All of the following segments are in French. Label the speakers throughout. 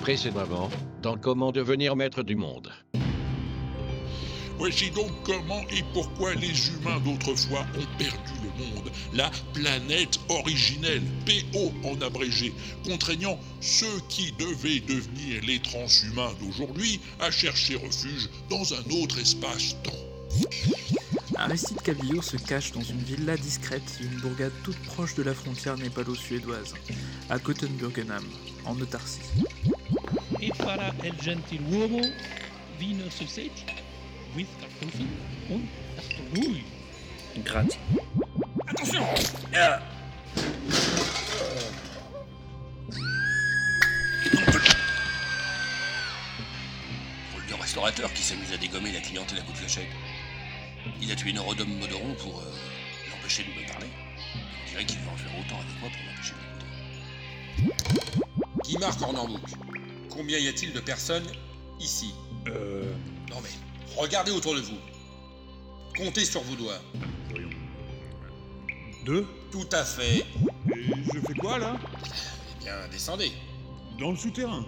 Speaker 1: précédemment dans Comment devenir maître du monde.
Speaker 2: Voici donc comment et pourquoi les humains d'autrefois ont perdu le monde, la planète originelle, PO en abrégé, contraignant ceux qui devaient devenir les transhumains d'aujourd'hui à chercher refuge dans un autre espace-temps.
Speaker 3: Aristide Cabillo se cache dans une villa discrète d'une bourgade toute proche de la frontière népalo-suédoise, à Gothenburgenham, en autarcie.
Speaker 4: E para el gentiluomo vino sausage with kartoffeln und Kartoffeln.
Speaker 5: Gratis.
Speaker 6: Attention
Speaker 5: Le restaurateur qui s'amuse à dégommer la clientèle à coups de fléchette. Il a tué Norodom Modoron pour euh, l'empêcher de me parler. On dirait qu'il veut en faire autant avec moi pour m'empêcher de m'écouter.
Speaker 7: Guy Marc Ornambouc, combien y a-t-il de personnes ici
Speaker 8: Euh.
Speaker 7: Non mais, regardez autour de vous. Comptez sur vos doigts.
Speaker 8: Deux
Speaker 7: Tout à fait.
Speaker 8: Et je fais quoi là
Speaker 7: Eh bien, descendez.
Speaker 8: Dans le souterrain.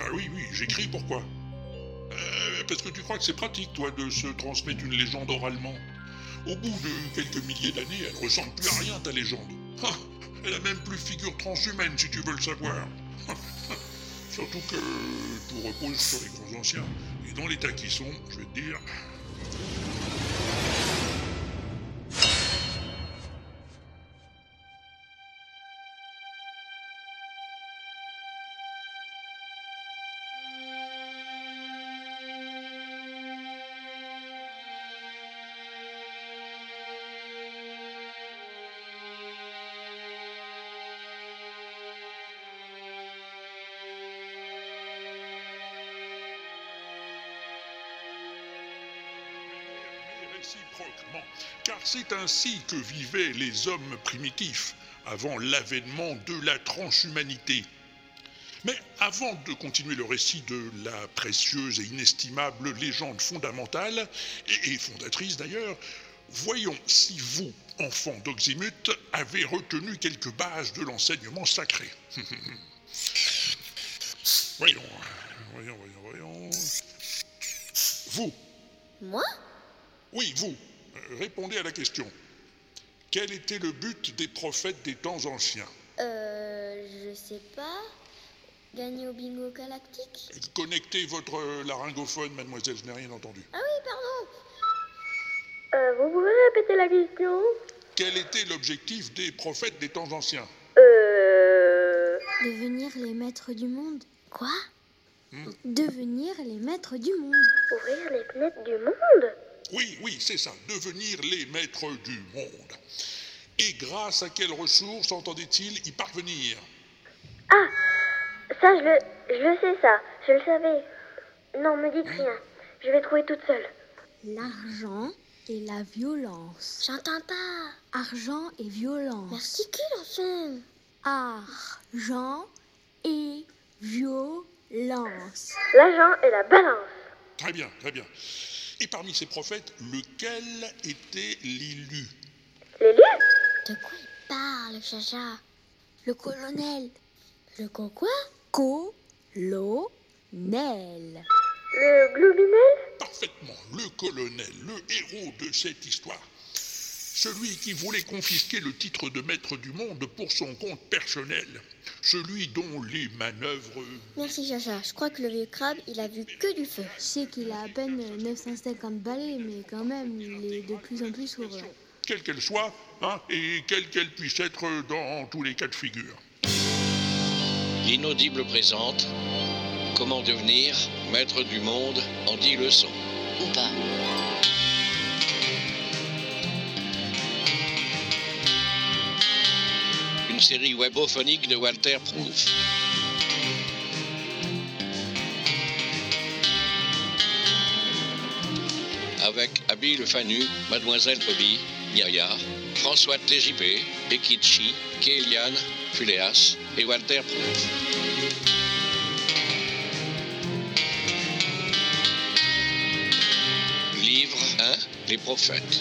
Speaker 2: Ah oui, oui, j'écris pourquoi Euh, Parce que tu crois que c'est pratique, toi, de se transmettre une légende oralement. Au bout de quelques milliers d'années, elle ressemble plus à rien, ta légende. Ah, elle a même plus figure transhumaine, si tu veux le savoir. Surtout que tout repose sur les grands anciens. Et dans l'état qu'ils sont, je vais te dire. réciproquement, car c'est ainsi que vivaient les hommes primitifs avant l'avènement de la transhumanité. Mais avant de continuer le récit de la précieuse et inestimable légende fondamentale, et fondatrice d'ailleurs, voyons si vous, enfants d'Oxymute, avez retenu quelques bases de l'enseignement sacré. voyons, voyons, voyons, voyons. Vous
Speaker 9: Moi
Speaker 2: oui, vous, euh, répondez à la question. Quel était le but des prophètes des temps anciens
Speaker 9: Euh. Je sais pas. Gagner au bingo galactique
Speaker 2: Connectez votre euh, laryngophone, mademoiselle, je n'ai rien entendu.
Speaker 9: Ah oui, pardon euh, Vous pouvez répéter la question
Speaker 2: Quel était l'objectif des prophètes des temps anciens
Speaker 9: Euh. Devenir les maîtres du monde Quoi hmm. Devenir les maîtres du monde Ouvrir les fenêtres du monde
Speaker 2: oui, oui, c'est ça, devenir les maîtres du monde. Et grâce à quelles ressources entendait-il y parvenir
Speaker 9: Ah Ça, je le, je le sais, ça. Je le savais. Non, me dites rien. Je vais trouver toute seule.
Speaker 10: L'argent et la violence.
Speaker 9: J'entends pas.
Speaker 10: Argent et violence.
Speaker 9: L'articule, ensemble.
Speaker 10: Argent et violence.
Speaker 9: L'argent et la balance.
Speaker 2: Très bien, très bien. Et parmi ces prophètes, lequel était l'élu
Speaker 9: L'élu De quoi il parle, Chacha
Speaker 10: Le colonel.
Speaker 9: Le co quoi
Speaker 10: Colonel.
Speaker 9: Le globinel
Speaker 2: Parfaitement, le colonel, le héros de cette histoire. Celui qui voulait confisquer le titre de maître du monde pour son compte personnel. Celui dont les manœuvres...
Speaker 9: Merci Jaja, je crois que le vieux crabe, il a vu que du feu.
Speaker 10: Je sais qu'il a à peine 950 balais, mais quand même, il est de plus en plus sourd.
Speaker 2: Quelle qu'elle soit, hein, et quelle qu'elle puisse être dans tous les cas de figure.
Speaker 1: L'inaudible présente Comment devenir maître du monde en 10 leçons.
Speaker 11: Ou pas.
Speaker 1: une série webophonique de Walter Proof. Avec Abby Le Fanu, Mademoiselle Bobby, Myriard, François Tléjipé, Bekichi, Kéliane, Fuléas et Walter Proof. hein, Livre 1 Les prophètes.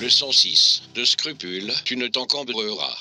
Speaker 1: Le 106. De scrupules, tu ne t'encombreras.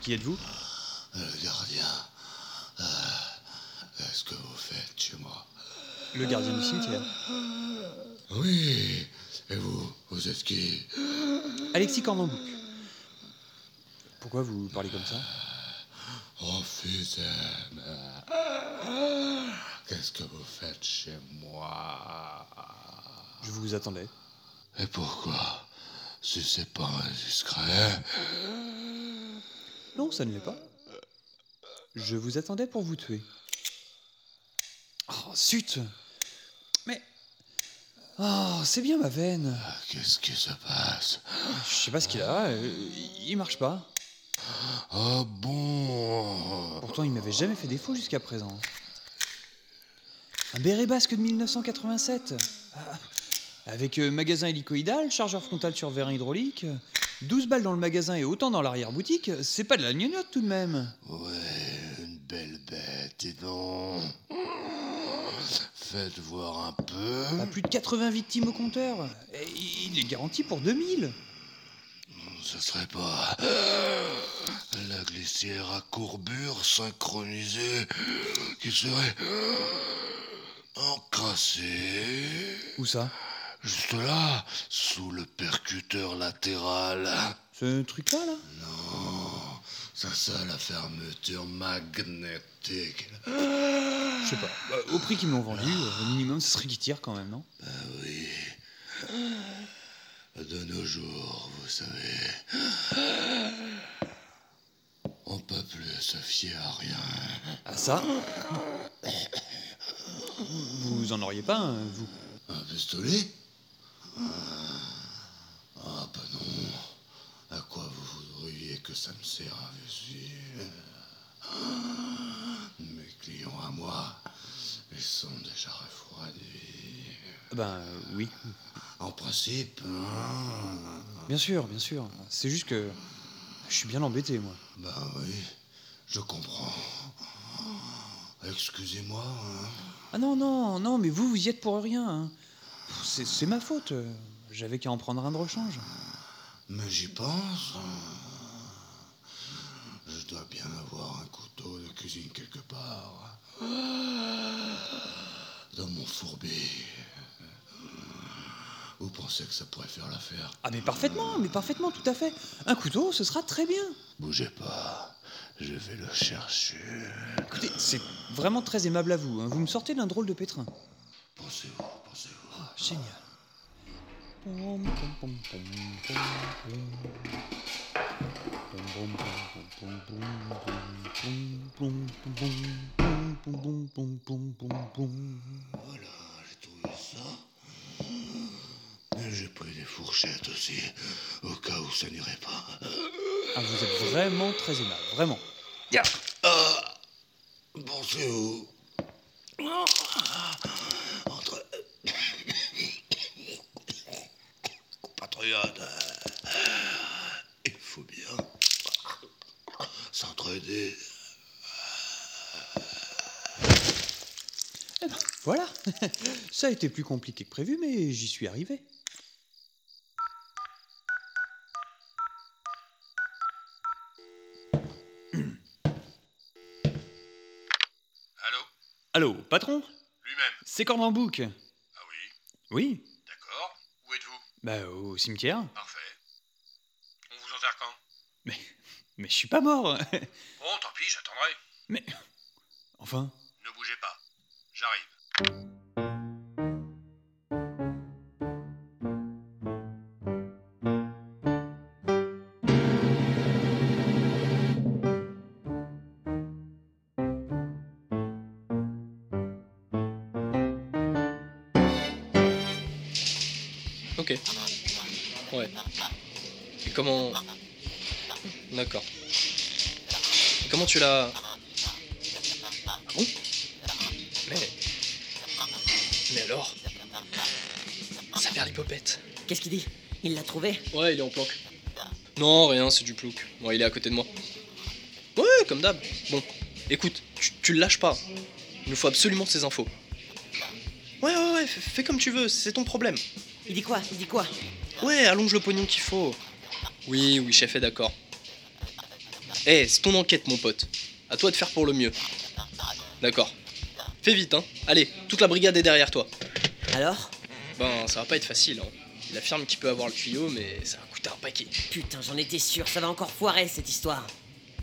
Speaker 6: Qui êtes-vous
Speaker 11: Le gardien. Euh, Qu'est-ce que vous faites chez moi
Speaker 6: Le gardien du cimetière.
Speaker 11: Oui. Et vous Vous êtes qui
Speaker 6: Alexis Cornambouc. Pourquoi vous parlez comme ça
Speaker 11: Oh, Fusem. Qu'est-ce que vous faites chez moi
Speaker 6: Je vous attendais.
Speaker 11: Et pourquoi Si c'est pas indiscret.
Speaker 6: Non, ça ne l'est pas. Je vous attendais pour vous tuer. Oh, zut Mais. Oh, c'est bien ma veine
Speaker 11: Qu'est-ce qui se passe
Speaker 6: Je sais pas ce qu'il a, euh, il marche pas.
Speaker 11: Ah bon
Speaker 6: Pourtant, il m'avait jamais fait défaut jusqu'à présent. Un béret basque de 1987 Ah, Avec euh, magasin hélicoïdal, chargeur frontal sur vérin hydraulique, 12 balles dans le magasin et autant dans l'arrière-boutique, c'est pas de la gnognotte tout de même
Speaker 11: Ouais, une belle bête, et donc. Faites voir un peu.
Speaker 6: Pas plus de 80 victimes au compteur Et Il est garanti pour 2000
Speaker 11: Ce serait pas. La glissière à courbure synchronisée qui serait. encrassée.
Speaker 6: Où ça
Speaker 11: Juste là, sous le percuteur latéral.
Speaker 6: Ce truc-là, là
Speaker 11: Non, ça c'est la fermeture magnétique.
Speaker 6: Je sais pas. Bah, au prix qu'ils m'ont vendu, euh, au minimum, ce serait qu'ils tirent quand même, non
Speaker 11: Ah oui. De nos jours, vous savez. On peut plus se fier à rien.
Speaker 6: Ah ça Vous en auriez pas, un, vous
Speaker 11: Un pistolet Ah bah non. À quoi vous voudriez que ça me sert un fusil Mes clients à moi, ils sont déjà refroidis.
Speaker 6: Ben euh, oui.
Speaker 11: En principe, hein
Speaker 6: Bien sûr, bien sûr. C'est juste que je suis bien embêté, moi.
Speaker 11: Ben oui, je comprends. Excusez-moi. hein.
Speaker 6: Ah non, non, non, mais vous, vous y êtes pour rien. hein. C'est c'est ma faute. euh, J'avais qu'à en prendre un de rechange.
Speaker 11: Mais j'y pense. Je dois bien avoir un couteau de cuisine quelque part. Dans mon fourbi. Vous pensez que ça pourrait faire l'affaire
Speaker 6: Ah mais parfaitement, mais parfaitement, tout à fait. Un couteau, ce sera très bien.
Speaker 11: Bougez pas. Je vais le chercher.
Speaker 6: Écoutez, c'est vraiment très aimable à vous. hein. Vous me sortez d'un drôle de pétrin.
Speaker 11: Pensez-vous, pensez-vous.
Speaker 6: Ah, génial. Pom, pom, pom, pom, pom, pom. Pom, pom, pom, pom, pom, pom, pom, pom, pom, pom, pom, pom, pom, pom.
Speaker 11: Voilà, j'ai trouvé ça. Et J'ai pris des fourchettes aussi, au cas où ça n'irait pas.
Speaker 6: Ah, vous êtes vraiment très aimable, vraiment.
Speaker 11: Ah, pensez-vous. Entre. Compatriotes, euh, il faut bien s'entraider.
Speaker 6: Voilà. Ça a été plus compliqué que prévu, mais j'y suis arrivé.
Speaker 5: Allô
Speaker 6: Allô, patron
Speaker 5: Lui-même
Speaker 6: C'est Cornambouc
Speaker 5: Ah oui,
Speaker 6: Oui
Speaker 5: d'accord. Où êtes-vous
Speaker 6: Bah, au cimetière.
Speaker 5: Parfait. On vous enterre quand
Speaker 6: Mais je suis pas mort
Speaker 5: Bon, tant pis, j'attendrai.
Speaker 6: Mais. Enfin.
Speaker 5: Ne bougez pas. J'arrive.
Speaker 6: Bonjour.
Speaker 12: Comment. D'accord. Et Comment tu l'as. Ah bon Mais. Mais alors Ça perd l'hypopète.
Speaker 13: Qu'est-ce qu'il dit Il l'a trouvé
Speaker 12: Ouais, il est en planque. Non, rien, c'est du plouc. Bon, il est à côté de moi. Ouais, comme d'hab. Bon, écoute, tu, tu le lâches pas. Il nous faut absolument ces infos. Ouais, ouais, ouais, fais fais comme tu veux, c'est ton problème.
Speaker 13: Il dit quoi Il dit quoi
Speaker 12: Ouais, allonge le pognon qu'il faut. Oui, oui, chef est d'accord. Eh, c'est ton enquête, mon pote. À toi de faire pour le mieux. D'accord. Fais vite, hein. Allez, toute la brigade est derrière toi.
Speaker 13: Alors
Speaker 12: Ben, ça va pas être facile, hein. Il affirme qu'il peut avoir le tuyau, mais ça va coûter un paquet.
Speaker 13: Putain, j'en étais sûr, ça va encore foirer cette histoire.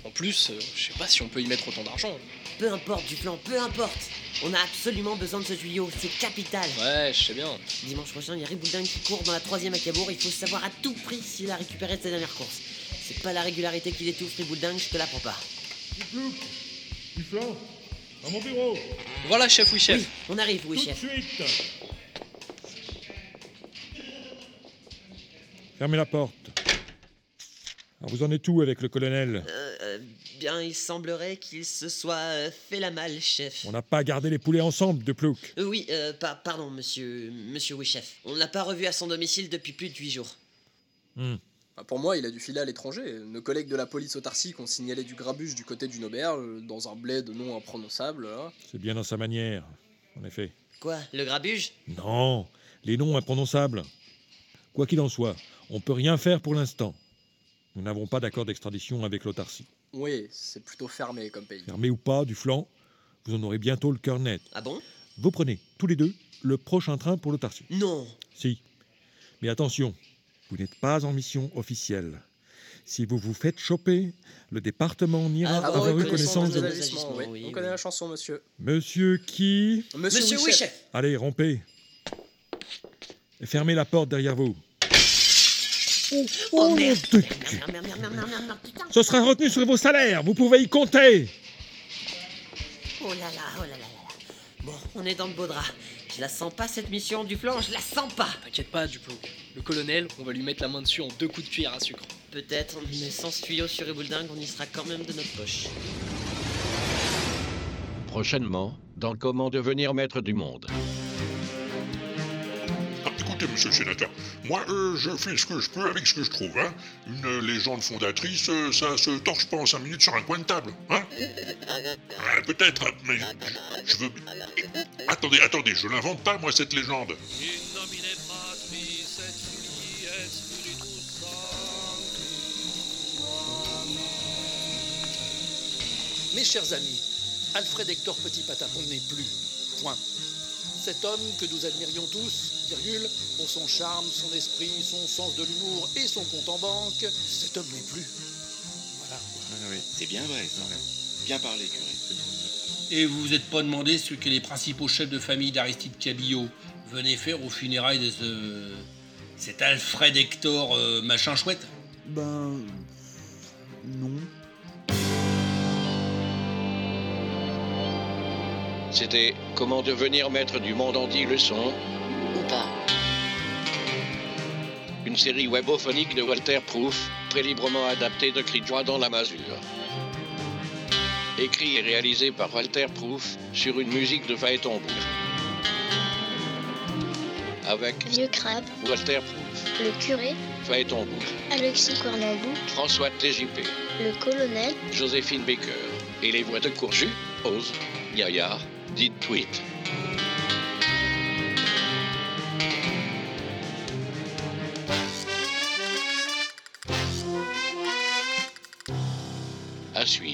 Speaker 12: En plus, euh, je sais pas si on peut y mettre autant d'argent.
Speaker 13: Peu importe, Duplan, peu importe. On a absolument besoin de ce tuyau, c'est capital.
Speaker 12: Ouais, je sais bien.
Speaker 13: Dimanche prochain, il y a Riboudin qui court dans la troisième à Cabourg. Il faut savoir à tout prix s'il a récupéré de sa dernière course. C'est pas la régularité qui l'étouffe, Riboudin, je te l'apprends pas.
Speaker 8: Duplan, à mon bureau.
Speaker 12: Voilà, chef, oui, chef.
Speaker 13: On arrive, oui,
Speaker 8: Tout
Speaker 13: chef.
Speaker 8: de suite. Fermez la porte. Alors, vous en êtes où avec le colonel
Speaker 13: Euh, euh, bien, il semblerait qu'il se soit euh, fait la malle, chef.
Speaker 8: On n'a pas gardé les poulets ensemble, de plouc.
Speaker 13: Euh, oui, euh, pa- pardon, monsieur, monsieur oui, chef. On l'a pas revu à son domicile depuis plus de huit jours.
Speaker 12: Bah, pour moi, il a dû filer à l'étranger. Nos collègues de la police autarcique ont signalé du grabuge du côté d'une auberge, dans un bled non imprononçable. hein.
Speaker 8: C'est bien dans sa manière, en effet.
Speaker 13: Quoi Le grabuge
Speaker 8: Non, les noms imprononçables. Quoi qu'il en soit, on peut rien faire pour l'instant. Nous n'avons pas d'accord d'extradition avec l'autarcie.
Speaker 12: Oui, c'est plutôt fermé comme pays.
Speaker 8: Fermé ou pas, du flanc, vous en aurez bientôt le cœur net.
Speaker 13: Ah bon
Speaker 8: Vous prenez, tous les deux, le prochain train pour l'autarcie.
Speaker 13: Non
Speaker 8: Si. Mais attention, vous n'êtes pas en mission officielle. Si vous vous faites choper, le département n'ira
Speaker 12: Ah,
Speaker 8: avoir eu connaissance de...
Speaker 12: On connaît la chanson, monsieur.
Speaker 8: Monsieur qui
Speaker 12: Monsieur, oui, chef.
Speaker 8: Allez, rompez. Et fermez la porte derrière vous.
Speaker 13: Oh, merde.
Speaker 8: de-
Speaker 13: Merde, merde, merde, merde, merde, merde, putain
Speaker 8: Ce sera retenu sur vos salaires, vous pouvez y compter
Speaker 13: Oh là là, oh là là là là. Bon, on est dans le beau drap. Je la sens pas cette mission du flanc, je la sens pas.
Speaker 12: T'inquiète pas, Duplo. Le colonel, on va lui mettre la main dessus en deux coups de cuillère à sucre.
Speaker 13: Peut-être, mais sans ce tuyau sur Eboulding, on y sera quand même de notre poche.
Speaker 1: Prochainement, dans Comment devenir maître du monde.
Speaker 2: Ah, Écoutez, monsieur le sénateur, moi, euh, je fais ce que je peux avec ce que je trouve. Hein. Une euh, légende fondatrice, euh, ça se torche pas en cinq minutes sur un coin de table. Hein Ah, Peut-être, mais je- je veux... Attendez, attendez, je l'invente pas, moi, cette légende.
Speaker 14: Mes chers amis, Alfred Hector Petit Patapon n'est plus. Point. Cet homme que nous admirions tous, virgule, pour son charme, son esprit, son sens de l'humour et son compte en banque, cet homme n'est plus. Voilà.
Speaker 5: Ah C'est bien vrai, ça. Bien parlé, curé.
Speaker 7: Et vous vous êtes pas demandé ce que les principaux chefs de famille d'Aristide Cabillaud venaient faire aux funérailles de ce. Cet Alfred Hector euh, machin chouette
Speaker 6: Ben. Non.
Speaker 1: C'était Comment devenir maître du monde en 10 leçons ou pas. Une série webophonique de Walter Proof, très librement adaptée de Cri de joie dans la masure. Écrit et réalisé par Walter Proof sur une musique de Phaéton Avec
Speaker 9: Vieux crabe,
Speaker 1: Walter Proof,
Speaker 9: le curé,
Speaker 1: Phaéton
Speaker 9: Alexis Cornabou,
Speaker 1: François TJP,
Speaker 9: le colonel,
Speaker 1: Joséphine Baker et les voix de Courju, Ose, Gaillard, Did Tweet. À suivre.